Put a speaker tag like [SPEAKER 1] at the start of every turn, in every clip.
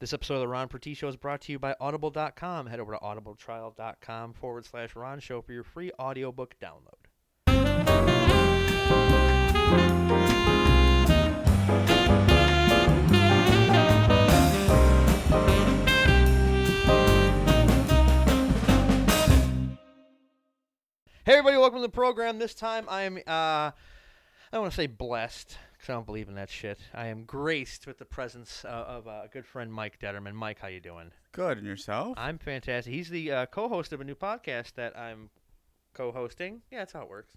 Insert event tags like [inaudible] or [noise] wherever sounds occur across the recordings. [SPEAKER 1] This episode of the Ron Pertie Show is brought to you by Audible.com. Head over to audibletrial.com forward slash Ron Show for your free audiobook download. Hey everybody, welcome to the program. This time I am uh I don't want to say blessed because I don't believe in that shit. I am graced with the presence uh, of uh, a good friend Mike Detterman. Mike, how you doing?
[SPEAKER 2] Good, and yourself?
[SPEAKER 1] I'm fantastic. He's the uh, co-host of a new podcast that I'm co-hosting. Yeah, that's how it works.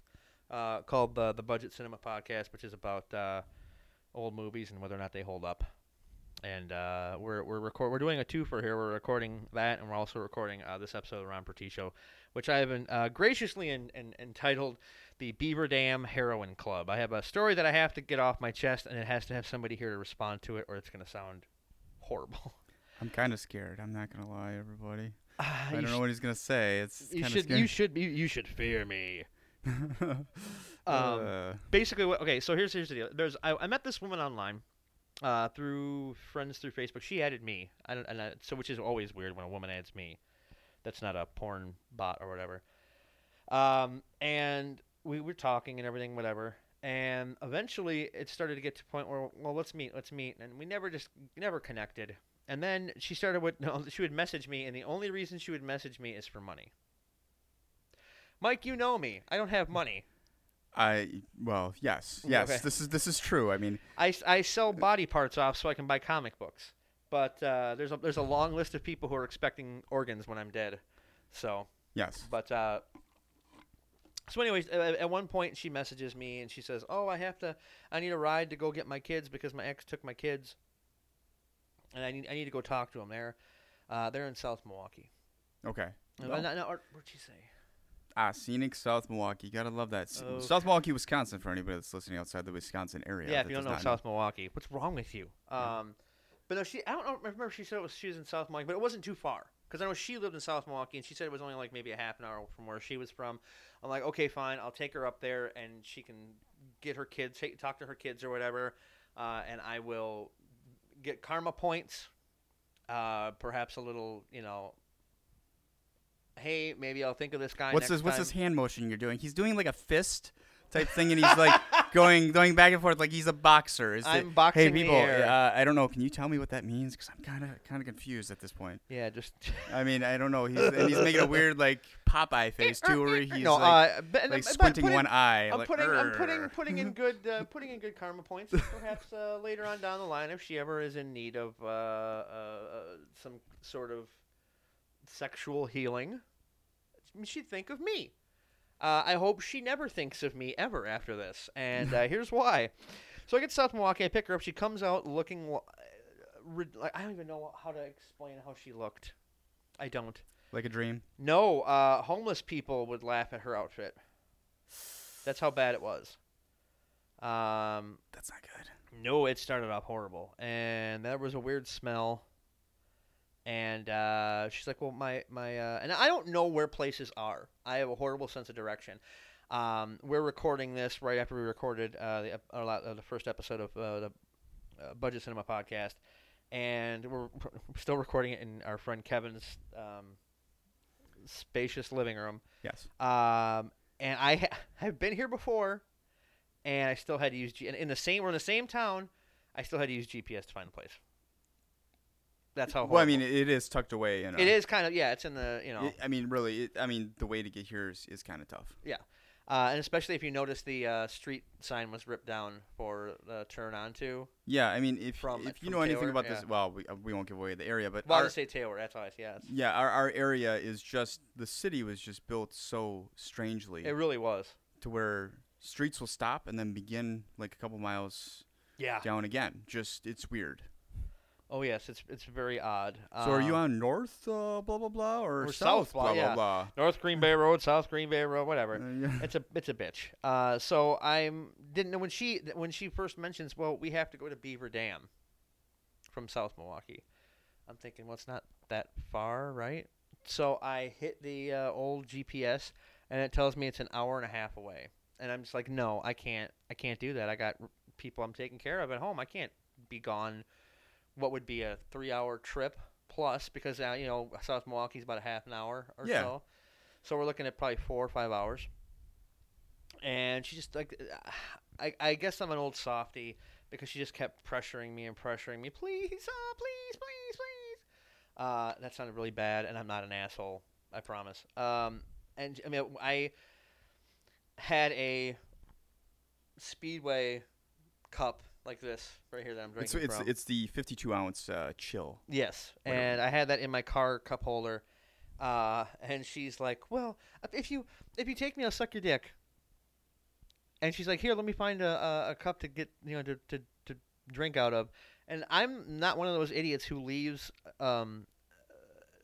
[SPEAKER 1] Uh, called the the Budget Cinema Podcast, which is about uh, old movies and whether or not they hold up. And uh, we're we're record we're doing a twofer here. We're recording that, and we're also recording uh, this episode of the Ron Pertie Show, which I have been uh, graciously en- en- entitled the Beaver Dam Heroin Club. I have a story that I have to get off my chest, and it has to have somebody here to respond to it, or it's going to sound horrible.
[SPEAKER 2] I'm kind of scared. I'm not gonna lie, everybody.
[SPEAKER 1] Ah,
[SPEAKER 2] [sighs]
[SPEAKER 1] [laughs]
[SPEAKER 2] I
[SPEAKER 1] you
[SPEAKER 2] don't
[SPEAKER 1] sh-
[SPEAKER 2] know what he's gonna say. It's
[SPEAKER 1] you
[SPEAKER 2] kind
[SPEAKER 1] should
[SPEAKER 2] of
[SPEAKER 1] you
[SPEAKER 2] scary.
[SPEAKER 1] should be you should fear me.
[SPEAKER 2] [laughs]
[SPEAKER 1] Um,
[SPEAKER 2] Uh,
[SPEAKER 1] Basically, what, okay. So here's here's the deal. There's I, I met this woman online uh, through friends through Facebook. She added me. I don't and I, so which is always weird when a woman adds me. That's not a porn bot or whatever. Um, and we were talking and everything, whatever. And eventually, it started to get to a point where, well, let's meet, let's meet, and we never just never connected. And then she started with [laughs] no, she would message me, and the only reason she would message me is for money. Mike, you know me. I don't have money.
[SPEAKER 2] I well, yes, yes.
[SPEAKER 1] Mm, Okay.
[SPEAKER 2] This is this is true. I mean,
[SPEAKER 1] I, s- I sell body parts off so I can buy comic books. But uh, there's a there's a long list of people who are expecting organs when I'm dead. So,
[SPEAKER 2] yes.
[SPEAKER 1] but uh, so anyways, a- a- at one point she messages me and she says, "Oh, I have to, I need a ride to go get my kids because my ex took my kids, and I need I need to go talk to them. They're uh, they're in South Milwaukee.
[SPEAKER 2] Okay.
[SPEAKER 1] And-
[SPEAKER 2] Well,
[SPEAKER 1] and- and- or- what'd she say?
[SPEAKER 2] ah, scenic South Milwaukee. Gotta love that. S-
[SPEAKER 1] Okay.
[SPEAKER 2] South Milwaukee, Wisconsin. For anybody that's listening outside the Wisconsin area.
[SPEAKER 1] Yeah, if
[SPEAKER 2] that
[SPEAKER 1] you
[SPEAKER 2] does
[SPEAKER 1] don't know
[SPEAKER 2] not
[SPEAKER 1] South Milwaukee, what's wrong with you? Um, but no, she I don't know, remember if she said it was she was in South Milwaukee, but it wasn't too far because I know she lived in South Milwaukee and she said it was only like maybe a half an hour from where she was from. I'm like, okay, fine, I'll take her up there and she can get her kids, take, talk to her kids or whatever, uh, and I will get karma points, uh, perhaps a little, you know. Hey, maybe I'll think of this guy. next
[SPEAKER 2] What's this? What's
[SPEAKER 1] time.
[SPEAKER 2] this hand motion you're doing? He's doing like a fist type thing, and
[SPEAKER 1] [laughs]
[SPEAKER 2] he's like going going back and forth like he's a boxer. Is it-
[SPEAKER 1] I'm boxing
[SPEAKER 2] Hey
[SPEAKER 1] the
[SPEAKER 2] people,
[SPEAKER 1] air."
[SPEAKER 2] uh, I don't know. Can you tell me what that means? Because I'm kind of kind of confused at this point.
[SPEAKER 1] Yeah,
[SPEAKER 2] [laughs]
[SPEAKER 1] just
[SPEAKER 2] I mean, I don't know. He's and he's making a weird like Popeye face
[SPEAKER 1] [laughs]
[SPEAKER 2] too, where he's
[SPEAKER 1] no,
[SPEAKER 2] like,
[SPEAKER 1] uh, but- but
[SPEAKER 2] like squinting
[SPEAKER 1] putting-
[SPEAKER 2] one eye.
[SPEAKER 1] I'm
[SPEAKER 2] like,
[SPEAKER 1] putting, I'm putting,
[SPEAKER 2] "Arr."
[SPEAKER 1] putting in good, uh, putting in good karma points. Perhaps uh, later on down the line, if she ever is in need of uh, uh, uh, some sort of sexual healing, she'd think of me. Uh, I hope she never thinks of me ever after this, and uh, here's why. So I get to South Milwaukee. I pick her up. She comes out looking, wa- uh, rid- like I don't even know how to explain how she looked. I don't.
[SPEAKER 2] like a dream.
[SPEAKER 1] No, uh, homeless people would laugh at her outfit. That's how bad it was. Um,
[SPEAKER 2] That's not good.
[SPEAKER 1] no, it started off horrible, and there was a weird smell. And uh, she's like, "Well, my my," uh, and I don't know where places are. I have a horrible sense of direction. Um, we're recording this right after we recorded uh, the ep- our la- uh, the first episode of uh, the uh, Budget Cinema podcast, and we're [laughs] still recording it in our friend Kevin's um, spacious living room.
[SPEAKER 2] Yes.
[SPEAKER 1] Um, and I ha- [laughs] I've been here before, and I still had to use G- and in the same we're in the same town. I still had to use GPS to find the place. That's how.
[SPEAKER 2] Well, I
[SPEAKER 1] Oh, horrible-
[SPEAKER 2] mean, it is tucked away. You know.
[SPEAKER 1] it is kind of yeah. It's in the you know,
[SPEAKER 2] It- I mean, really. It, I mean, the way to get here is, is kind of tough.
[SPEAKER 1] uh, and especially if you notice the uh, street sign was ripped down for the turn onto.
[SPEAKER 2] Yeah. I mean, if
[SPEAKER 1] From-
[SPEAKER 2] if you
[SPEAKER 1] from
[SPEAKER 2] know anything
[SPEAKER 1] Taylor,
[SPEAKER 2] about
[SPEAKER 1] yeah.
[SPEAKER 2] this, well, we, uh, we won't give away the area, but
[SPEAKER 1] Well, I
[SPEAKER 2] our-
[SPEAKER 1] just say Taylor. That's how I yeah. it's-
[SPEAKER 2] yeah, our our area is just the city was just built so strangely
[SPEAKER 1] It really was.
[SPEAKER 2] to where streets will stop and then begin like a couple miles
[SPEAKER 1] Yeah.
[SPEAKER 2] down again. Just it's weird.
[SPEAKER 1] Oh yes, it's it's very odd.
[SPEAKER 2] So are you
[SPEAKER 1] Um,
[SPEAKER 2] on North uh, blah blah blah or,
[SPEAKER 1] or
[SPEAKER 2] South,
[SPEAKER 1] South,
[SPEAKER 2] blah
[SPEAKER 1] yeah.
[SPEAKER 2] blah
[SPEAKER 1] North Green Bay Road, South Green Bay Road,
[SPEAKER 2] blah?
[SPEAKER 1] whatever?
[SPEAKER 2] Uh, yeah.
[SPEAKER 1] [laughs] it's a it's a bitch. Uh, so I'm didn't know when she th- when she first mentions, well, we have to go to Beaver Dam from South Milwaukee. I'm thinking, well, it's not that far, right? So I hit the uh, old GPS, and it tells me it's an hour and a half away. And I'm just like, no, I can't, I can't do that. I got r- people I'm taking care of at home. I can't be gone what would be a three-hour trip plus because uh, you know South Milwaukee's about a half an hour or
[SPEAKER 2] Yeah.
[SPEAKER 1] so, so we're looking at probably four or five hours. And she just like, I, I guess I'm an old softy because she just kept pressuring me and pressuring me. Please, oh, please, please, please. Uh, that sounded really bad, and I'm not an asshole. I promise. Um, and I mean, I had a Speedway cup like this right here that I'm
[SPEAKER 2] [laughs] It's
[SPEAKER 1] drinking
[SPEAKER 2] it's,
[SPEAKER 1] from.
[SPEAKER 2] it's the 52 ounce uh, chill.
[SPEAKER 1] Yes,
[SPEAKER 2] Whatever.
[SPEAKER 1] and I had that in my car cup holder, uh, and she's like, "Well, if you if you take me, I'll suck your dick." And she's like, "Here, let me find a, a, a cup to get you know to, to, to drink out of." And I'm not one of those idiots who leaves um,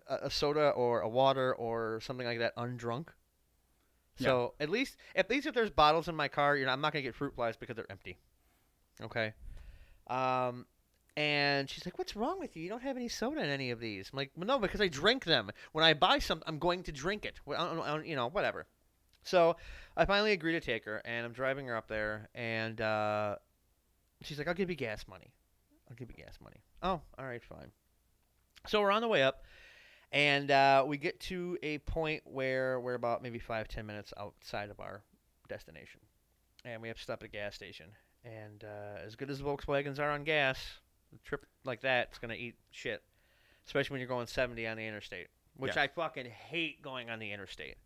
[SPEAKER 1] a, a soda or a water or something like that undrunk.
[SPEAKER 2] Yeah.
[SPEAKER 1] So at least at least if there's bottles in my car, you know I'm not gonna get fruit flies because they're empty. Okay. Um, and she's like, "What's wrong with you? You don't have any soda in any of these." I'm like, well, "No, because I drink them. When I buy some, I'm going to drink it. Well, I don't, I don't, you know, whatever." So, I finally agree to take her, and I'm driving her up there, and uh, she's like, "I'll give you gas money. I'll give you gas money." Oh, all right, fine. So we're on the way up, and uh, we get to a point where we're about maybe five, ten minutes outside of our destination, and we have to stop at a gas station. And uh, as good as Volkswagens are on gas, a trip like that, it's gonna eat shit. Especially when you're going 70 on the interstate, which
[SPEAKER 2] Yeah.
[SPEAKER 1] I fucking hate going on the interstate.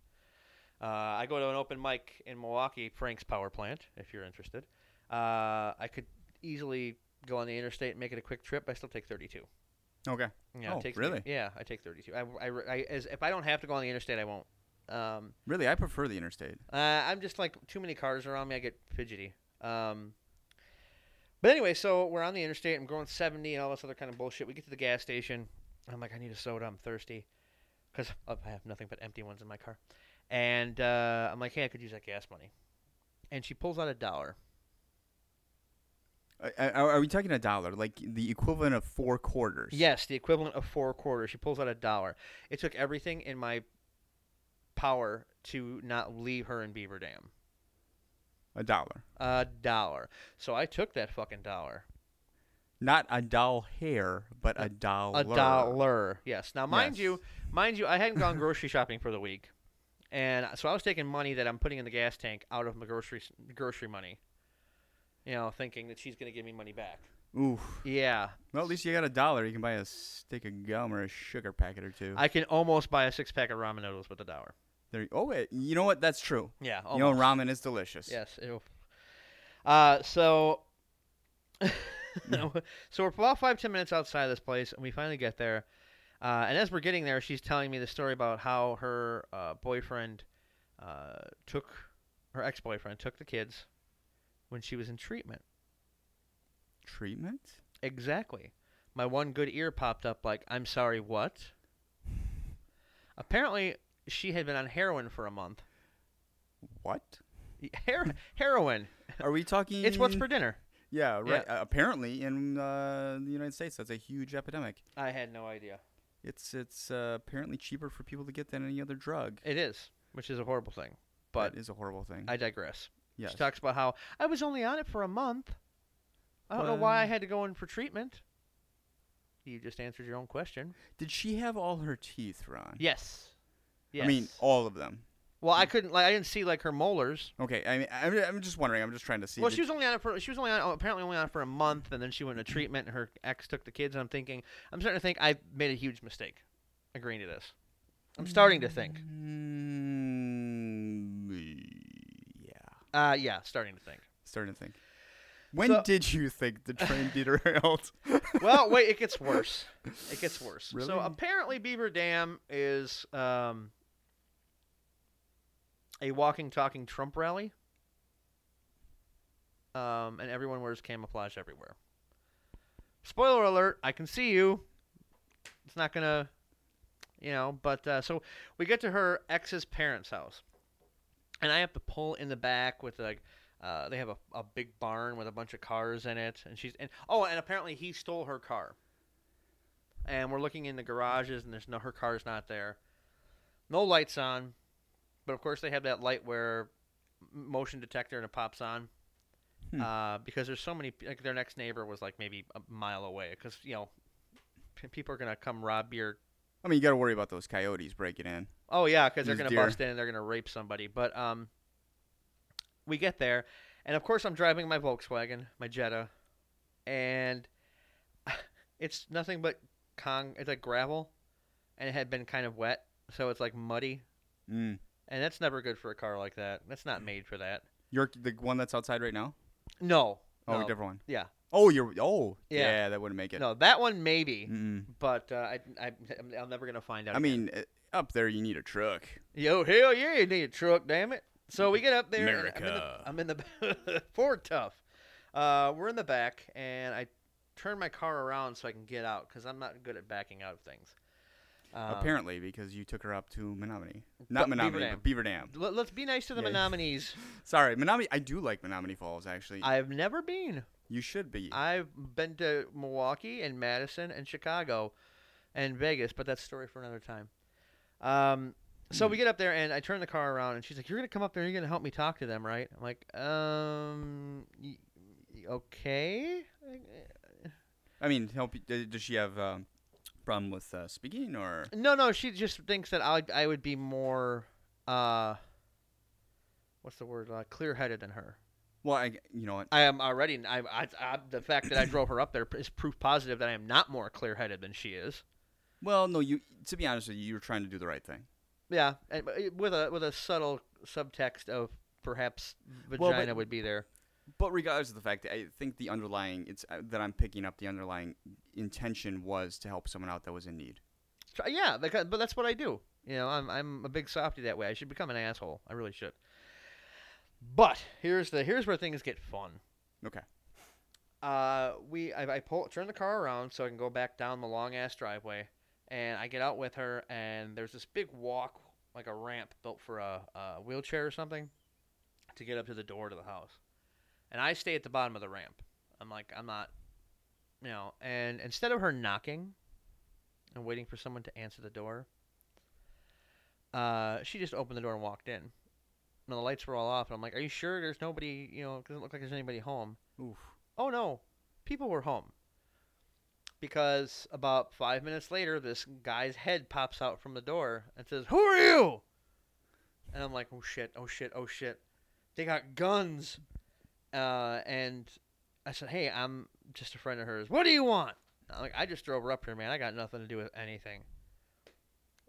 [SPEAKER 1] Uh, I go to an open mic in Milwaukee, Frank's Power Plant, if you're interested. Uh, I could easily go on the interstate and make it a quick trip. I still take 32.
[SPEAKER 2] Okay.
[SPEAKER 1] Yeah, it
[SPEAKER 2] Oh,
[SPEAKER 1] takes me-
[SPEAKER 2] really?
[SPEAKER 1] yeah, I take 32. I, I, I- as, if I don't have to go on the interstate, I won't. Um,
[SPEAKER 2] Really, I prefer the interstate.
[SPEAKER 1] uh, I'm just like too many cars around me. I get fidgety. Um, but anyway, so we're on the interstate. I'm going 70 and all this other kind of bullshit. We get to the gas station. I'm like, I need a soda. I'm thirsty because I have nothing but empty ones in my car. And uh, I'm like, hey, I could use that gas money. And she pulls out a dollar.
[SPEAKER 2] Uh, uh, Are, are we talking a dollar, like the equivalent of four quarters?
[SPEAKER 1] Yes, the equivalent of four quarters. She pulls out a dollar. It took everything in my power to not leave her in Beaver Dam.
[SPEAKER 2] A dollar,
[SPEAKER 1] A dollar. So I took that fucking dollar.
[SPEAKER 2] not a doll hair, but a dollar.
[SPEAKER 1] A dollar. Yes. Now, mind
[SPEAKER 2] Yes.
[SPEAKER 1] you, mind you, I hadn't gone grocery shopping for the week, and so I was taking money that I'm putting in the gas tank out of my grocery grocery money. You know, thinking that she's gonna give me money back.
[SPEAKER 2] Oof.
[SPEAKER 1] Yeah,
[SPEAKER 2] Well, at least you got a dollar. You can buy a stick of gum or a sugar packet or two.
[SPEAKER 1] I can almost buy a six pack of ramen noodles with a dollar.
[SPEAKER 2] there. You, oh wait, you know what? That's true.
[SPEAKER 1] Yeah,
[SPEAKER 2] You know, ramen is delicious.
[SPEAKER 1] Yes. Ew. Uh, so, [laughs] so we're about five ten minutes outside of this place, and we finally get there. Uh, and as we're getting there, she's telling me the story about how her uh, boyfriend uh, took her ex-boyfriend took the kids when she was in treatment.
[SPEAKER 2] Treatment?
[SPEAKER 1] Exactly. My one good ear popped up like, "I'm sorry, what?" Apparently, she had been on heroin for a month.
[SPEAKER 2] What?
[SPEAKER 1] Her- heroin.
[SPEAKER 2] Are we
[SPEAKER 1] [laughs]
[SPEAKER 2] talking?
[SPEAKER 1] It's what's for dinner.
[SPEAKER 2] Yeah, right. Uh, apparently, in uh, the United States, that's a huge epidemic.
[SPEAKER 1] I had no idea.
[SPEAKER 2] It's it's uh, apparently cheaper for people to get than any other drug.
[SPEAKER 1] It is, which is a horrible thing. But
[SPEAKER 2] that is a horrible thing.
[SPEAKER 1] I digress.
[SPEAKER 2] yes.
[SPEAKER 1] She talks about how I was only on it for a month. I don't know why I
[SPEAKER 2] Well-
[SPEAKER 1] had to go in for treatment. You just answered your own question.
[SPEAKER 2] Did she have all her teeth, Ron?
[SPEAKER 1] Yes. Yes.
[SPEAKER 2] I mean, all of them.
[SPEAKER 1] well, I couldn't. Like, I didn't see like her molars.
[SPEAKER 2] Okay. I mean, I'm, I'm just wondering. I'm just trying to see.
[SPEAKER 1] well,
[SPEAKER 2] did-
[SPEAKER 1] she was only on it for. She was only on oh, apparently only on it for a month, and then she went into treatment. And her ex took the kids. And I'm thinking, I'm starting to think I made a huge mistake, agreeing to this. I'm starting to think.
[SPEAKER 2] Mm, yeah.
[SPEAKER 1] Uh, yeah, starting to think.
[SPEAKER 2] Starting to think. When
[SPEAKER 1] So-
[SPEAKER 2] did you think the train
[SPEAKER 1] [laughs]
[SPEAKER 2] derailed?
[SPEAKER 1] well, wait, it gets worse. It gets worse.
[SPEAKER 2] Really?
[SPEAKER 1] So apparently, Beaver Dam is um, a walking, talking Trump rally, um, and everyone wears camouflage everywhere. Spoiler alert! I can see you. It's not gonna, you know. But uh, so we get to her ex's parents' house, and I have to pull in the back with like uh, they have a, a big barn with a bunch of cars in it, and she's and oh, and apparently he stole her car. And we're looking in the garages, and there's no her car's not there, no lights on, but of course they have that light where m- motion detector and it pops on, uh, because there's so many. Like their next neighbor was like maybe a mile away, because you know, p- people are gonna come rob your.
[SPEAKER 2] [laughs] I mean, you got to worry about those coyotes breaking in.
[SPEAKER 1] Oh yeah, because they're
[SPEAKER 2] These
[SPEAKER 1] gonna
[SPEAKER 2] deer.
[SPEAKER 1] bust in and they're gonna rape somebody. But um, we get there, and of course I'm driving my Volkswagen, my Jetta, and [laughs] it's nothing but con. It's like gravel, and it had been kind of wet, so it's like muddy,
[SPEAKER 2] Mm.
[SPEAKER 1] and that's never good for a car like that. That's not made for that.
[SPEAKER 2] York, the one that's outside right now.
[SPEAKER 1] No.
[SPEAKER 2] Oh, a
[SPEAKER 1] no.
[SPEAKER 2] different one.
[SPEAKER 1] Yeah.
[SPEAKER 2] Oh, you're. Oh, yeah.
[SPEAKER 1] Yeah.
[SPEAKER 2] that wouldn't make it.
[SPEAKER 1] No, that one maybe,
[SPEAKER 2] Mm-mm.
[SPEAKER 1] but uh, I, I, I'm- I'm never gonna find out.
[SPEAKER 2] I
[SPEAKER 1] again.
[SPEAKER 2] mean, uh, up there you need a truck.
[SPEAKER 1] Yo, hell yeah, you need a truck, damn it. So we get up there. and
[SPEAKER 2] America.
[SPEAKER 1] I'm in the, I'm in the [laughs] Ford Tough. Uh, we're in the back, and I turn my car around so I can get out because I'm not good at backing out of things. Um,
[SPEAKER 2] Apparently, because you took her up to Menominee. Not
[SPEAKER 1] Beaver
[SPEAKER 2] Menominee,
[SPEAKER 1] Dam.
[SPEAKER 2] but Beaver Dam.
[SPEAKER 1] let- Let's be nice to the
[SPEAKER 2] Yeah. [laughs]
[SPEAKER 1] Menominees.
[SPEAKER 2] Sorry, Menominee. I do like Menominee Falls, actually.
[SPEAKER 1] I've never been.
[SPEAKER 2] you should be.
[SPEAKER 1] I've been to Milwaukee and Madison and Chicago and Vegas, but that's a story for another time. Um, so we get up there and I turn the car around and she's like, "You're gonna come up there. You're gonna help me talk to them, right?" I'm like, "Um, y- y- okay."
[SPEAKER 2] I mean, help. you- d- Does she have um, problem with uh, speaking or?
[SPEAKER 1] No, no, she just thinks that I I would be more uh, what's the word? Uh, clear-headed than her.
[SPEAKER 2] Well, I. You know what?
[SPEAKER 1] I am already. I, I, I the fact that I drove her up there is proof positive that I am not more clear-headed than she is.
[SPEAKER 2] Well, no. You. To be honest with you, you were trying to do the right thing.
[SPEAKER 1] Yeah, and but it- with a with a subtle subtext of perhaps
[SPEAKER 2] but-
[SPEAKER 1] vagina would be there.
[SPEAKER 2] But regardless of the fact, I think the underlying it's uh, that I'm picking up the underlying intention was to help someone out that was in need.
[SPEAKER 1] So, yeah, because, but that's what I do. You know, I'm I'm a big softy that way. I should become an asshole. I really should. But here's the here's where things get fun.
[SPEAKER 2] Okay.
[SPEAKER 1] Uh, we I, I pull turn the car around so I can go back down the long ass driveway, and I get out with her, and there's this big walk like a ramp built for a, a wheelchair or something to get up to the door to the house, and I stay at the bottom of the ramp. I'm like I'm not, you know. And instead of her knocking and waiting for someone to answer the door, uh, she just opened the door and walked in. And the lights were all off, and I'm like, "Are you sure there's nobody? You know, it doesn't look like there's anybody home."
[SPEAKER 2] Oof.
[SPEAKER 1] oh no, people were home. Because about five minutes later, this guy's head pops out from the door and says, Who are you? And I'm like, Oh shit, oh shit, oh shit. They got guns. Uh, and I said, Hey, I'm just a friend of hers. What do you want? I'm like, I just drove her up here, man. I got nothing to do with anything.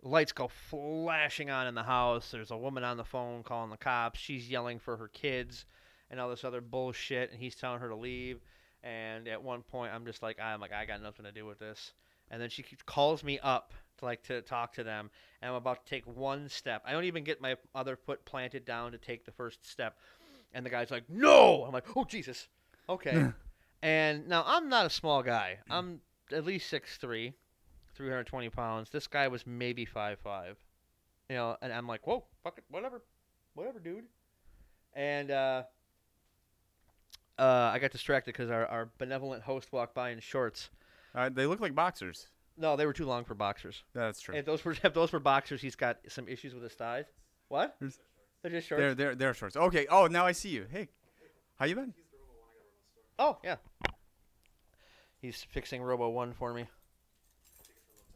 [SPEAKER 1] Lights go flashing on in the house. There's a woman on the phone calling the cops. She's yelling for her kids and all this other bullshit and he's telling her to leave and at one point i'm just like i'm like i got nothing to do with this and then she keeps, calls me up to like to talk to them and i'm about to take one step i don't even get my other foot planted down to take the first step and the guy's like no i'm like oh jesus okay and now i'm not a small guy i'm at least 6'3 320 pounds this guy was maybe 5'5 you know and i'm like whoa fuck it whatever whatever dude and uh uh, I got distracted because our, our benevolent host walked by in shorts.
[SPEAKER 2] Uh, they look like boxers.
[SPEAKER 1] No, they were too long for boxers.
[SPEAKER 2] That's true.
[SPEAKER 1] If those were [laughs] if those were boxers, he's got some issues with his thighs. What?
[SPEAKER 2] There's-
[SPEAKER 1] They're just shorts.
[SPEAKER 2] They're they're they're shorts. Okay. Oh, now I see you. Hey, how you been?
[SPEAKER 1] Oh yeah. He's fixing Robo One for me. [laughs]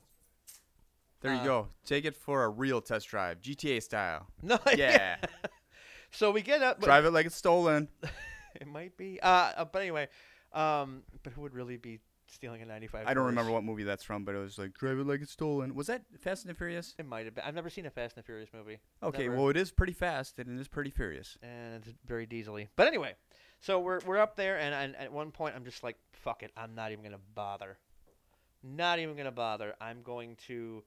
[SPEAKER 2] There you
[SPEAKER 1] Uh,
[SPEAKER 2] go. Take it for a real test drive, GTA style.
[SPEAKER 1] No.
[SPEAKER 2] Yeah.
[SPEAKER 1] [laughs] So we get up. but-
[SPEAKER 2] drive it like it's stolen.
[SPEAKER 1] [laughs] It might be. Uh, uh, but anyway, um, but who would really be stealing a ninety-five?
[SPEAKER 2] I don't
[SPEAKER 1] Taurus?
[SPEAKER 2] remember what movie that's from, but it was like drive it like it's stolen. Was that Fast and the Furious?
[SPEAKER 1] It might have been. I've never seen a Fast and the Furious movie.
[SPEAKER 2] Okay.
[SPEAKER 1] Never.
[SPEAKER 2] Well, it is pretty fast and it is pretty furious.
[SPEAKER 1] and it's very diesely. But anyway, so we're, we're up there, and, and at one point I'm just like, fuck it, I'm not even gonna bother, not even gonna bother. I'm going to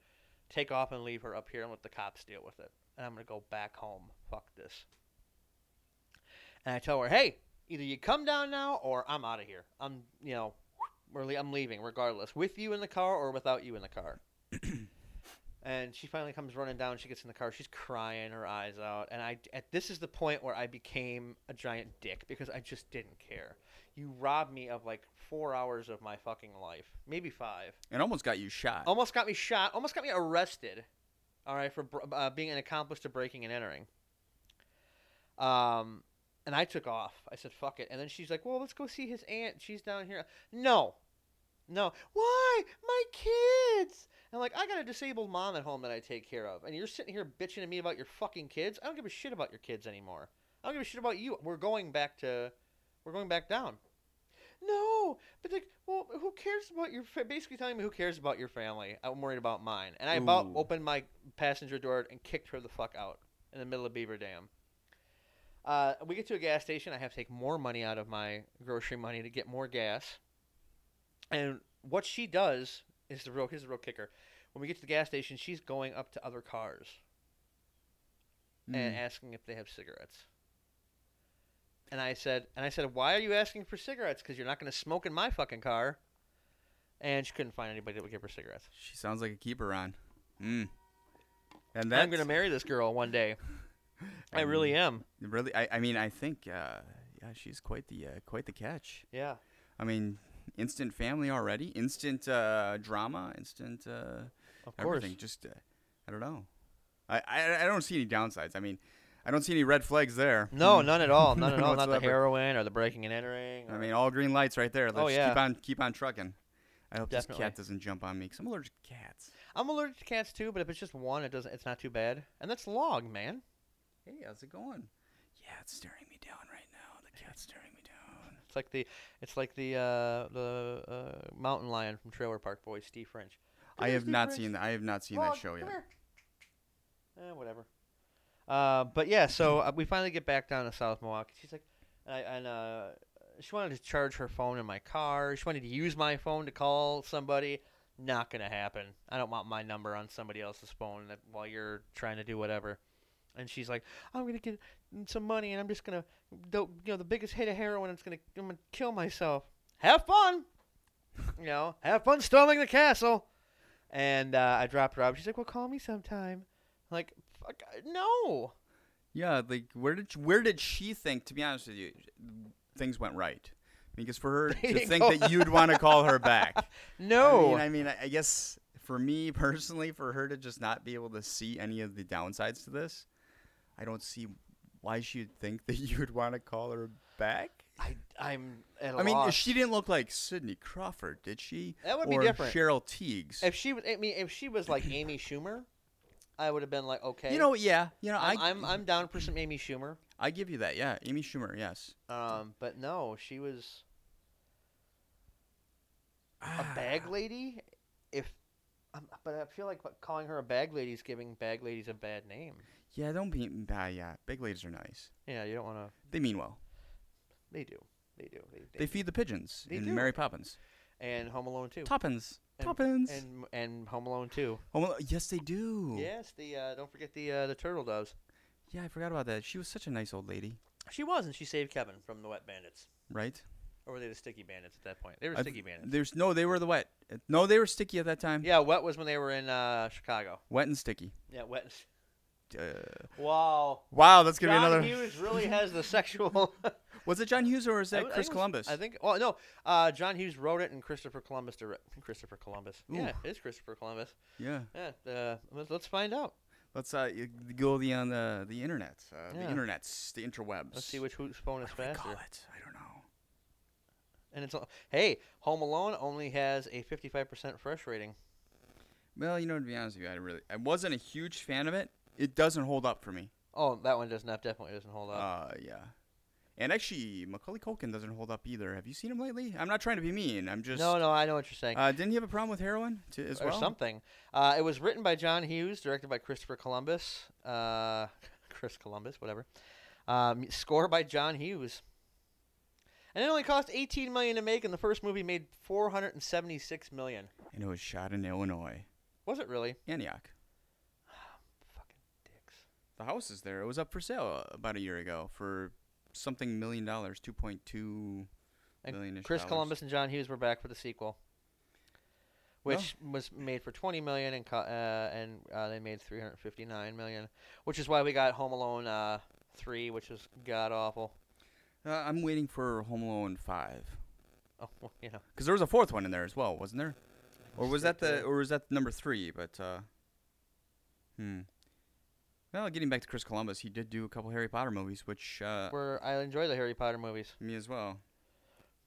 [SPEAKER 1] take off and leave her up here and let the cops deal with it, and I'm gonna go back home. Fuck this. And I tell her, hey, either you come down now or I'm out of here. I'm you know, we're le- I'm leaving regardless, with you in the car or without you in the car. And she finally comes running down. She gets in the car. She's crying her eyes out. And I, at, this is the point where I became a giant dick because I just didn't care. You robbed me of like four hours of my fucking life, maybe five.
[SPEAKER 2] It almost got you shot.
[SPEAKER 1] Almost got me shot. Almost got me arrested. All right, for br- uh, being an accomplice to breaking and entering. Um, And I took off. I said, fuck it. And then she's like, well, let's go see his aunt. She's down here. No. No. Why? My kids. And I'm like, I got a disabled mom at home that I take care of. And you're sitting here bitching at me about your fucking kids. I don't give a shit about your kids anymore. I don't give a shit about you. We're going back to, we're going back down. No, but like, well, who cares about your? Fa-? Basically, telling me who cares about your family. I'm worried about mine, and I about
[SPEAKER 2] Ooh.
[SPEAKER 1] opened my passenger door and kicked her the fuck out in the middle of Beaver Dam. Uh, we get to a gas station. I have to take more money out of my grocery money to get more gas. And what she does is the real here's the real kicker. When we get to the gas station, she's going up to other cars and
[SPEAKER 2] Mm.
[SPEAKER 1] asking if they have cigarettes. And I said, and I said, why are you asking for cigarettes? Because you're not going to smoke in my fucking car. And she couldn't find anybody that would give her cigarettes.
[SPEAKER 2] She sounds like a keeper on. Mm. And
[SPEAKER 1] I'm going to
[SPEAKER 2] that's- Mm.
[SPEAKER 1] marry this girl one day. I really am.
[SPEAKER 2] really. I, I mean, I think uh, yeah, she's quite the uh, quite the catch.
[SPEAKER 1] Yeah.
[SPEAKER 2] I mean, instant family already, instant uh, drama, instant uh,
[SPEAKER 1] Of course.
[SPEAKER 2] everything. Just uh, I don't know. I, I I don't see any downsides. I mean, I don't see any red flags there.
[SPEAKER 1] No,
[SPEAKER 2] Mm.
[SPEAKER 1] none at
[SPEAKER 2] [laughs]
[SPEAKER 1] all. None at
[SPEAKER 2] None
[SPEAKER 1] all. Not the
[SPEAKER 2] whatsoever.
[SPEAKER 1] heroin or the breaking and entering.
[SPEAKER 2] I
[SPEAKER 1] or-
[SPEAKER 2] mean, all green lights right there. Let's
[SPEAKER 1] Oh, yeah.
[SPEAKER 2] keep on keep on trucking. I hope
[SPEAKER 1] Definitely.
[SPEAKER 2] this cat doesn't jump on me because I'm allergic to cats.
[SPEAKER 1] I'm allergic to cats too, but if it's just one, it doesn't. It's not too bad. And that's log, man.
[SPEAKER 2] Hey, how's it going? Yeah, it's staring me down right now. The cat's staring me down.
[SPEAKER 1] It's like the, it's like the uh, the uh, mountain lion from Trailer Park Boys, Steve French. Come
[SPEAKER 2] I
[SPEAKER 1] here,
[SPEAKER 2] have
[SPEAKER 1] Steve
[SPEAKER 2] not
[SPEAKER 1] French.
[SPEAKER 2] seen that. I have not seen
[SPEAKER 1] Frog,
[SPEAKER 2] that show yet.
[SPEAKER 1] come here. Eh, whatever. Uh, but yeah, so uh, we finally get back down to South Milwaukee. She's like, and, I, and uh, she wanted to charge her phone in my car. She wanted to use my phone to call somebody. Not gonna happen. I don't want my number on somebody else's phone that- while you're trying to do whatever. And she's like, I'm gonna get some money, and I'm just gonna, the, you know, the biggest hit of heroin. It's gonna, I'm gonna kill myself. Have fun. [laughs] you know, have fun storming the castle. And uh, I dropped her off. She's like, "Well, call me sometime." I'm like, fuck, uh, no.
[SPEAKER 2] Yeah, like where did where did she think? To be honest with you, things went right because
[SPEAKER 1] [laughs]
[SPEAKER 2] for her
[SPEAKER 1] They
[SPEAKER 2] to
[SPEAKER 1] didn't
[SPEAKER 2] think
[SPEAKER 1] go-
[SPEAKER 2] that you'd want to call
[SPEAKER 1] [laughs]
[SPEAKER 2] her back.
[SPEAKER 1] No.
[SPEAKER 2] I mean, I, mean, I- I guess for me personally, for her to just not be able to see any of the downsides to this, I don't see why she'd think that [laughs] you would want to call her back.
[SPEAKER 1] I, am at a
[SPEAKER 2] I mean,
[SPEAKER 1] loss.
[SPEAKER 2] she didn't look like Sidney Crawford, did she?
[SPEAKER 1] That would be
[SPEAKER 2] or
[SPEAKER 1] different.
[SPEAKER 2] Cheryl Teagues.
[SPEAKER 1] if she was, I mean, if she was like Amy Schumer, I would have been like, okay.
[SPEAKER 2] You know, yeah, you know,
[SPEAKER 1] I'm,
[SPEAKER 2] I,
[SPEAKER 1] I'm I'm down for some Amy Schumer.
[SPEAKER 2] I give you that. Yeah, Amy Schumer. Yes,
[SPEAKER 1] Um, but no, she was
[SPEAKER 2] [sighs]
[SPEAKER 1] a
[SPEAKER 2] Ah.
[SPEAKER 1] bag lady. If, um, but I feel like what- calling her a bag lady is giving bag ladies a bad name.
[SPEAKER 2] Yeah, don't be. Bah, yeah, big ladies are nice.
[SPEAKER 1] Yeah, you don't want to.
[SPEAKER 2] They mean well.
[SPEAKER 1] They do. They do. They, they,
[SPEAKER 2] They feed the pigeons
[SPEAKER 1] They
[SPEAKER 2] in
[SPEAKER 1] do.
[SPEAKER 2] Mary Poppins.
[SPEAKER 1] and Home Alone too.
[SPEAKER 2] Toppins.
[SPEAKER 1] And-
[SPEAKER 2] Toppins.
[SPEAKER 1] And and Home Alone too.
[SPEAKER 2] oh, well, yes, they do.
[SPEAKER 1] Yes, the uh, don't forget the uh, the turtle doves.
[SPEAKER 2] Yeah, I forgot about that. She was such a nice old lady,
[SPEAKER 1] She was, and she saved Kevin from the wet bandits,
[SPEAKER 2] right?
[SPEAKER 1] or were they the sticky bandits at that point? They were
[SPEAKER 2] I-
[SPEAKER 1] sticky bandits.
[SPEAKER 2] There's no, they were the wet. No, they were sticky at that time.
[SPEAKER 1] Yeah, wet was when they were in uh, Chicago.
[SPEAKER 2] Wet and sticky.
[SPEAKER 1] Yeah, wet.
[SPEAKER 2] Uh,
[SPEAKER 1] Wow.
[SPEAKER 2] wow, that's gonna
[SPEAKER 1] John
[SPEAKER 2] be another.
[SPEAKER 1] Hughes
[SPEAKER 2] [laughs]
[SPEAKER 1] really has the sexual.
[SPEAKER 2] Was it John Hughes or
[SPEAKER 1] [laughs]
[SPEAKER 2] is
[SPEAKER 1] I
[SPEAKER 2] that
[SPEAKER 1] would- I
[SPEAKER 2] Chris
[SPEAKER 1] think-
[SPEAKER 2] Columbus?
[SPEAKER 1] I think. Oh no, uh, John Hughes wrote it, and Christopher Columbus directed. Christopher Columbus. Yeah,
[SPEAKER 2] Ooh.
[SPEAKER 1] it is Christopher Columbus.
[SPEAKER 2] yeah.
[SPEAKER 1] Yeah. Uh, let's, let's find out.
[SPEAKER 2] Let's uh, y- go the on the the internet, uh,
[SPEAKER 1] Yeah.
[SPEAKER 2] the internets, the interwebs.
[SPEAKER 1] Let's see which whose phone is
[SPEAKER 2] What do they call
[SPEAKER 1] faster.
[SPEAKER 2] it? I don't know.
[SPEAKER 1] And it's all- hey, Home Alone only has a fifty-five percent fresh rating.
[SPEAKER 2] Well, you know, to be honest with you, I really I wasn't a huge fan of it. It doesn't hold up for me.
[SPEAKER 1] Oh, that one does not definitely doesn't hold up.
[SPEAKER 2] Uh, yeah. And actually, Macaulay Culkin doesn't hold up either. Have you seen him lately? I'm not trying to be mean. I'm just.
[SPEAKER 1] no, no, I know what you're saying.
[SPEAKER 2] Uh, didn't he have a problem with heroin too, as
[SPEAKER 1] or
[SPEAKER 2] well?
[SPEAKER 1] something. Uh, it was written by John Hughes, directed by Christopher Columbus, uh, [laughs] Chris Columbus, whatever. Um, score by John Hughes. And it only cost 18 million to make, and the first movie made 476 million.
[SPEAKER 2] And it was shot in Illinois,
[SPEAKER 1] Was it really?
[SPEAKER 2] Antioch.
[SPEAKER 1] Fucking dicks.
[SPEAKER 2] The house is there. It was up for sale uh, about a year ago for something million dollars, two point two
[SPEAKER 1] And
[SPEAKER 2] million.
[SPEAKER 1] Chris Columbus and John Hughes were back for the sequel,
[SPEAKER 2] Well.
[SPEAKER 1] which was made for 20 million, and co- uh, and uh, they made 359 million, which is why we got Home Alone uh, three, which was god awful.
[SPEAKER 2] Uh, I'm waiting for Home Alone five
[SPEAKER 1] Oh, [laughs] well, you know.
[SPEAKER 2] because there was a fourth one in there as well, wasn't there? Or
[SPEAKER 1] guess
[SPEAKER 2] was
[SPEAKER 1] they
[SPEAKER 2] that the
[SPEAKER 1] did.
[SPEAKER 2] or was that number three? But uh, hmm, Well, getting back to Chris Columbus, he did do a couple Harry Potter movies, which uh,
[SPEAKER 1] Where I enjoy the Harry Potter movies,
[SPEAKER 2] me as well.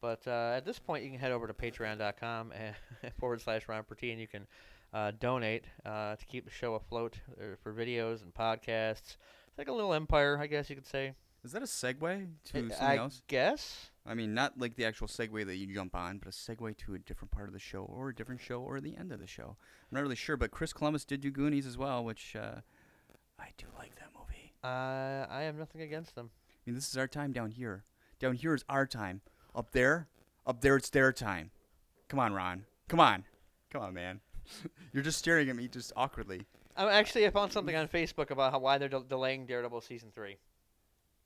[SPEAKER 1] but uh, at this point, you can head over to Patreon.com and [laughs] forward slash Ron Pertee, and you can uh, donate uh, to keep the show afloat uh, for videos and podcasts. It's like a little empire, I guess you could say.
[SPEAKER 2] Is that a segue to
[SPEAKER 1] I-
[SPEAKER 2] something
[SPEAKER 1] I
[SPEAKER 2] else?
[SPEAKER 1] guess.
[SPEAKER 2] I mean, not like the actual segue that you jump on, but a segue to a different part of the show, or a different show, or the end of the show. I'm not really sure, but Chris Columbus did do Goonies as well, which uh, I do like that movie.
[SPEAKER 1] Uh, I have nothing against them.
[SPEAKER 2] I mean, this is our time down here. Down here is our time. Up there, up there, it's their time. Come on, Ron. Come on. Come on, man. [laughs] You're just staring at me just awkwardly.
[SPEAKER 1] Oh, actually, I found something on Facebook about how why they're del- delaying Daredevil season three.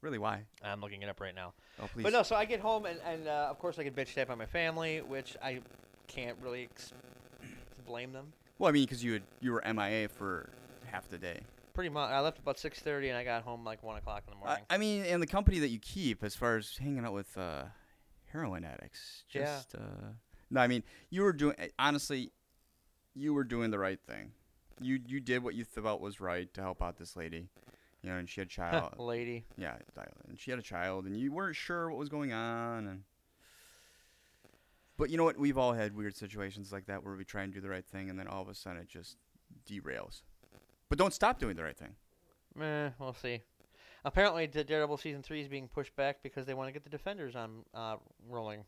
[SPEAKER 2] Really, why?
[SPEAKER 1] I'm looking it up right now.
[SPEAKER 2] Oh, please.
[SPEAKER 1] But no, so I get home and, and uh, of course I get bitch stamped by my family, which I can't really ex- blame them.
[SPEAKER 2] Well, I mean, because you, had- you were MIA for half the day.
[SPEAKER 1] Pretty much, I left about six thirty and I got home like one o'clock in the
[SPEAKER 2] I,
[SPEAKER 1] morning.
[SPEAKER 2] I mean, and the company that you keep, as far as hanging out with uh, heroin addicts,
[SPEAKER 1] Yeah.
[SPEAKER 2] just uh, no. I mean, you were doing honestly, you were doing the right thing. You you did what you thought was right to help out this lady, you know, and she had a child.
[SPEAKER 1] [laughs] Lady,
[SPEAKER 2] yeah, and she had a child, and you weren't sure what was going on, and. But you know what? We've all had weird situations like that where we try and do the right thing, and then all of a sudden it just derails. But don't stop doing the right thing.
[SPEAKER 1] Meh, we'll see. Apparently, the Daredevil season three is being pushed back because they want to get the Defenders on uh, rolling.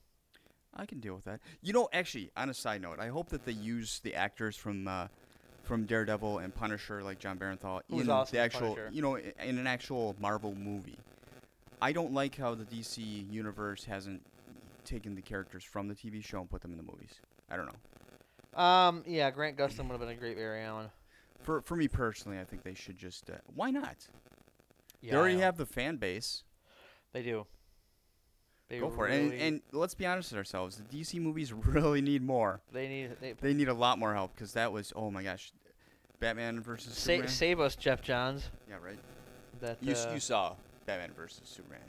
[SPEAKER 2] I can deal with that. You know, actually, on a side note, I hope that they use the actors from uh, from Daredevil and Punisher, like John Barenthal,
[SPEAKER 1] Who's
[SPEAKER 2] in
[SPEAKER 1] awesome
[SPEAKER 2] the
[SPEAKER 1] as
[SPEAKER 2] actual,
[SPEAKER 1] Punisher.
[SPEAKER 2] you know, i- in an actual Marvel movie. I don't like how the DC universe hasn't taken the characters from the TV show and put them in the movies. I don't know.
[SPEAKER 1] Um, yeah, Grant Gustin would have been a great Barry Allen.
[SPEAKER 2] For for me personally, I think they should just. Uh, why not?
[SPEAKER 1] Yeah,
[SPEAKER 2] they
[SPEAKER 1] I
[SPEAKER 2] already
[SPEAKER 1] know.
[SPEAKER 2] have the fan base.
[SPEAKER 1] They do. They
[SPEAKER 2] Go for it.
[SPEAKER 1] really-
[SPEAKER 2] And, and let's be honest with ourselves. The DC movies [laughs] really need more.
[SPEAKER 1] they need they,
[SPEAKER 2] They need a lot more help because that was oh my gosh, Batman versus
[SPEAKER 1] sa-
[SPEAKER 2] Superman.
[SPEAKER 1] save us, Jeff Johns.
[SPEAKER 2] Yeah, right.
[SPEAKER 1] That
[SPEAKER 2] You, s
[SPEAKER 1] uh, [sighs]
[SPEAKER 2] you saw Batman versus Superman,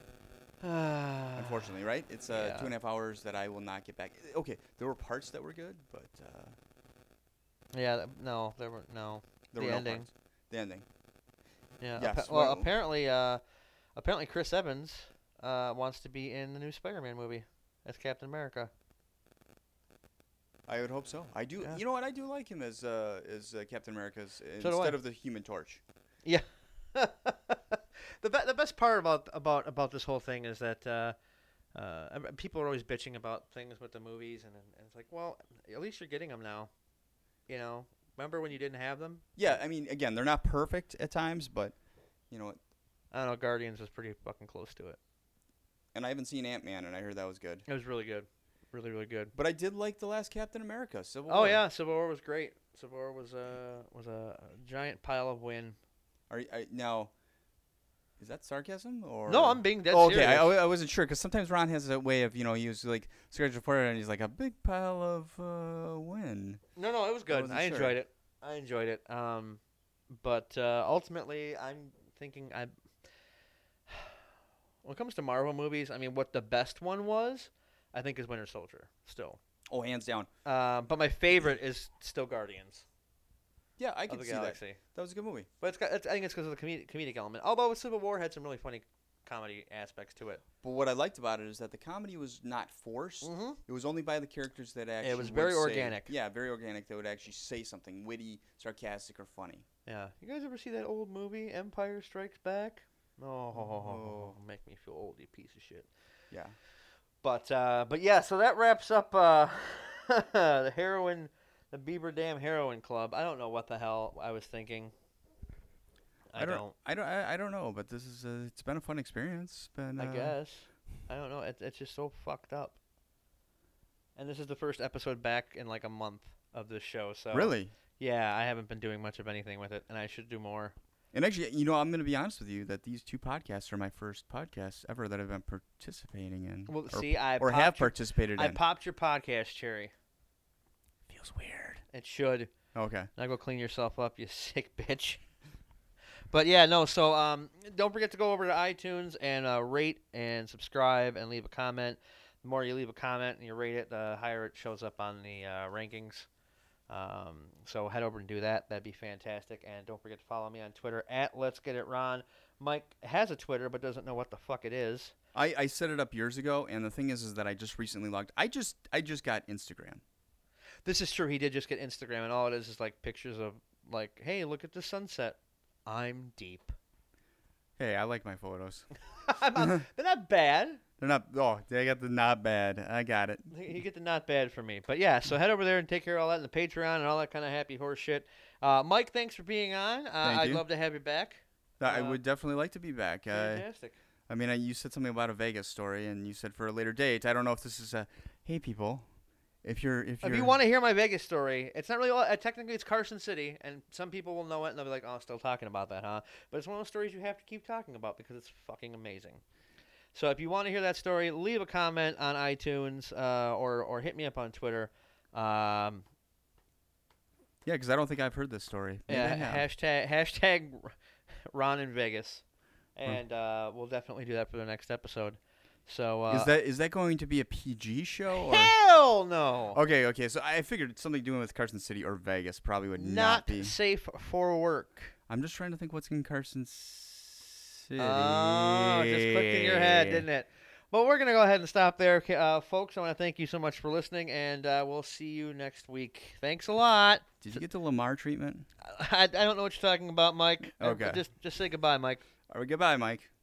[SPEAKER 2] unfortunately, right? It's uh,
[SPEAKER 1] yeah.
[SPEAKER 2] two and a half hours that I will not get back. Okay, there were parts that were good, but uh,
[SPEAKER 1] Yeah, th- no, there were no.
[SPEAKER 2] there
[SPEAKER 1] The
[SPEAKER 2] were
[SPEAKER 1] ending.
[SPEAKER 2] no parts. The ending.
[SPEAKER 1] Yeah.
[SPEAKER 2] Yes,
[SPEAKER 1] appa- well,
[SPEAKER 2] well-
[SPEAKER 1] apparently, uh, apparently Chris Evans uh, wants to be in the new Spider-Man movie as Captain America. [laughs]
[SPEAKER 2] I would hope so. I do.
[SPEAKER 1] Yeah.
[SPEAKER 2] You know what? I do like him as uh, as uh, Captain America's
[SPEAKER 1] do I.
[SPEAKER 2] instead of the Human Torch.
[SPEAKER 1] the be- the best part about about about this whole thing is that. Uh, uh, I mean, people are always bitching about things with the movies, and, and it's like, well, at least you're getting them now. You know, remember when you didn't have them?
[SPEAKER 2] Yeah, I mean, again, they're not perfect at times, but you know what?
[SPEAKER 1] I don't know. Guardians was pretty fucking close to it.
[SPEAKER 2] And I haven't seen Ant Man, and I heard that was good.
[SPEAKER 1] It was really good, really really good.
[SPEAKER 2] But I did like the last Captain America Civil
[SPEAKER 1] Oh
[SPEAKER 2] War.
[SPEAKER 1] yeah, Civil War was great. Civil War was a was a giant pile of win.
[SPEAKER 2] Are, y- are y- now? Is that sarcasm or
[SPEAKER 1] No, I'm being dead
[SPEAKER 2] Oh, okay,
[SPEAKER 1] serious.
[SPEAKER 2] I, I wasn't sure because sometimes Ron has a way of you know he was like scratch reporter and he's like a big pile of uh, win.
[SPEAKER 1] no, no, it was good.
[SPEAKER 2] wasn't
[SPEAKER 1] I,
[SPEAKER 2] sure.
[SPEAKER 1] enjoyed it. I enjoyed it. Um, but uh, ultimately, I'm thinking I. [sighs] When it comes to Marvel movies, I mean, what the best one was, I think, is Winter Soldier. Still,
[SPEAKER 2] Oh, hands down.
[SPEAKER 1] uh, but my favorite is still Guardians
[SPEAKER 2] Yeah, I
[SPEAKER 1] of
[SPEAKER 2] can
[SPEAKER 1] the
[SPEAKER 2] see
[SPEAKER 1] Galaxy.
[SPEAKER 2] that. That was a good movie.
[SPEAKER 1] But it's got, it's, I think it's because of the comedic, comedic element. Although Civil War had some really funny comedy aspects to it.
[SPEAKER 2] But what I liked about it is that the comedy was not forced.
[SPEAKER 1] Mm-hmm.
[SPEAKER 2] It was only by the characters that actually.
[SPEAKER 1] was
[SPEAKER 2] would
[SPEAKER 1] very
[SPEAKER 2] say-
[SPEAKER 1] organic.
[SPEAKER 2] Yeah, very organic. That would actually say something witty, sarcastic, or funny.
[SPEAKER 1] Yeah. You guys ever see that old movie, Empire Strikes Back? Oh,
[SPEAKER 2] Oh.
[SPEAKER 1] make me feel old, you piece of shit.
[SPEAKER 2] Yeah.
[SPEAKER 1] But uh, but yeah, so that wraps up uh, [laughs] the heroin, the Beaver Dam Heroin Club. I don't know what the hell I was thinking. I, don't.
[SPEAKER 2] I don't. I, I don't know. But this is. A, it's been a fun experience. Been.
[SPEAKER 1] I
[SPEAKER 2] uh,
[SPEAKER 1] guess. I don't know. It, it's just so fucked up. And this is the first episode back in like a month of this show. So
[SPEAKER 2] Really.
[SPEAKER 1] yeah, I haven't been doing much of anything with it, and I should do more.
[SPEAKER 2] And actually, you know, I'm going to be honest with you that these two podcasts are my first podcasts ever that I've been participating in.
[SPEAKER 1] Well,
[SPEAKER 2] or
[SPEAKER 1] see, I
[SPEAKER 2] or
[SPEAKER 1] popped
[SPEAKER 2] have
[SPEAKER 1] your,
[SPEAKER 2] participated
[SPEAKER 1] I
[SPEAKER 2] in.
[SPEAKER 1] popped your podcast cherry.
[SPEAKER 2] Feels weird.
[SPEAKER 1] It should.
[SPEAKER 2] Okay.
[SPEAKER 1] Now go clean yourself up, you [laughs] sick bitch. But yeah, no. So um, don't forget to go over to iTunes and uh, rate and subscribe and leave a comment. The more you leave a comment and you rate it, the higher it shows up on the uh, rankings. Um, so head over and do that. That'd be fantastic. And don't forget to follow me on Twitter at Let's Get It Ron. Mike has a Twitter but doesn't know what the fuck it is.
[SPEAKER 2] I, I set it up years ago, and the thing is, is that I just recently logged. I just I just got Instagram.
[SPEAKER 1] This is true. He did just get Instagram, and all it is is like pictures of like, hey, look at the sunset. I'm deep. [laughs]
[SPEAKER 2] Hey, I like my photos.
[SPEAKER 1] I'm not-
[SPEAKER 2] [laughs]
[SPEAKER 1] they're not bad.
[SPEAKER 2] They're not. Oh, they got the not bad. I got it.
[SPEAKER 1] You get the not bad for me. But yeah, so head over there and take care of all that and the Patreon and all that kind of happy horse shit. Uh, Mike, thanks for being on. Uh,
[SPEAKER 2] Thank
[SPEAKER 1] I'd
[SPEAKER 2] you.
[SPEAKER 1] love to have you back.
[SPEAKER 2] I
[SPEAKER 1] Uh,
[SPEAKER 2] would definitely like to be back. Uh,
[SPEAKER 1] Fantastic.
[SPEAKER 2] I mean, I, you said something about a Vegas story, and you said for a later date. I don't know if this is a. Hey, people, if you're if,
[SPEAKER 1] If
[SPEAKER 2] you're
[SPEAKER 1] you want to hear my Vegas story, it's not really all, uh, technically it's Carson City, and some people will know it and they'll be like, "Oh, still talking about that, huh?" But it's one of those stories you have to keep talking about because it's fucking amazing. So if you want to hear that story, leave a comment on iTunes uh, or or hit me up on Twitter. Um,
[SPEAKER 2] yeah, because I don't think I've heard this story. Maybe I
[SPEAKER 1] yeah,
[SPEAKER 2] have.
[SPEAKER 1] hashtag hashtag [laughs] Ron in Vegas,
[SPEAKER 2] Hmm.
[SPEAKER 1] and uh, we'll definitely do that for the next episode. So uh,
[SPEAKER 2] is that is that going to be a PG show?
[SPEAKER 1] hell no,
[SPEAKER 2] Or? Okay, okay. So I figured something doing with Carson City or Vegas probably would
[SPEAKER 1] not
[SPEAKER 2] not, be.
[SPEAKER 1] safe for work.
[SPEAKER 2] I'm just trying to think what's in Carson City.
[SPEAKER 1] Oh, it just clicked in your head, didn't it? But we're going to go ahead and stop there. Okay, Uh, folks, I want to thank you so much for listening, and uh, we'll see you next week. Thanks a lot. [laughs]
[SPEAKER 2] Did you get the Lamar treatment?
[SPEAKER 1] I, I don't know what you're talking about, Mike. Uh,
[SPEAKER 2] Okay.
[SPEAKER 1] Just, just say goodbye, Mike.
[SPEAKER 2] All right, goodbye, Mike.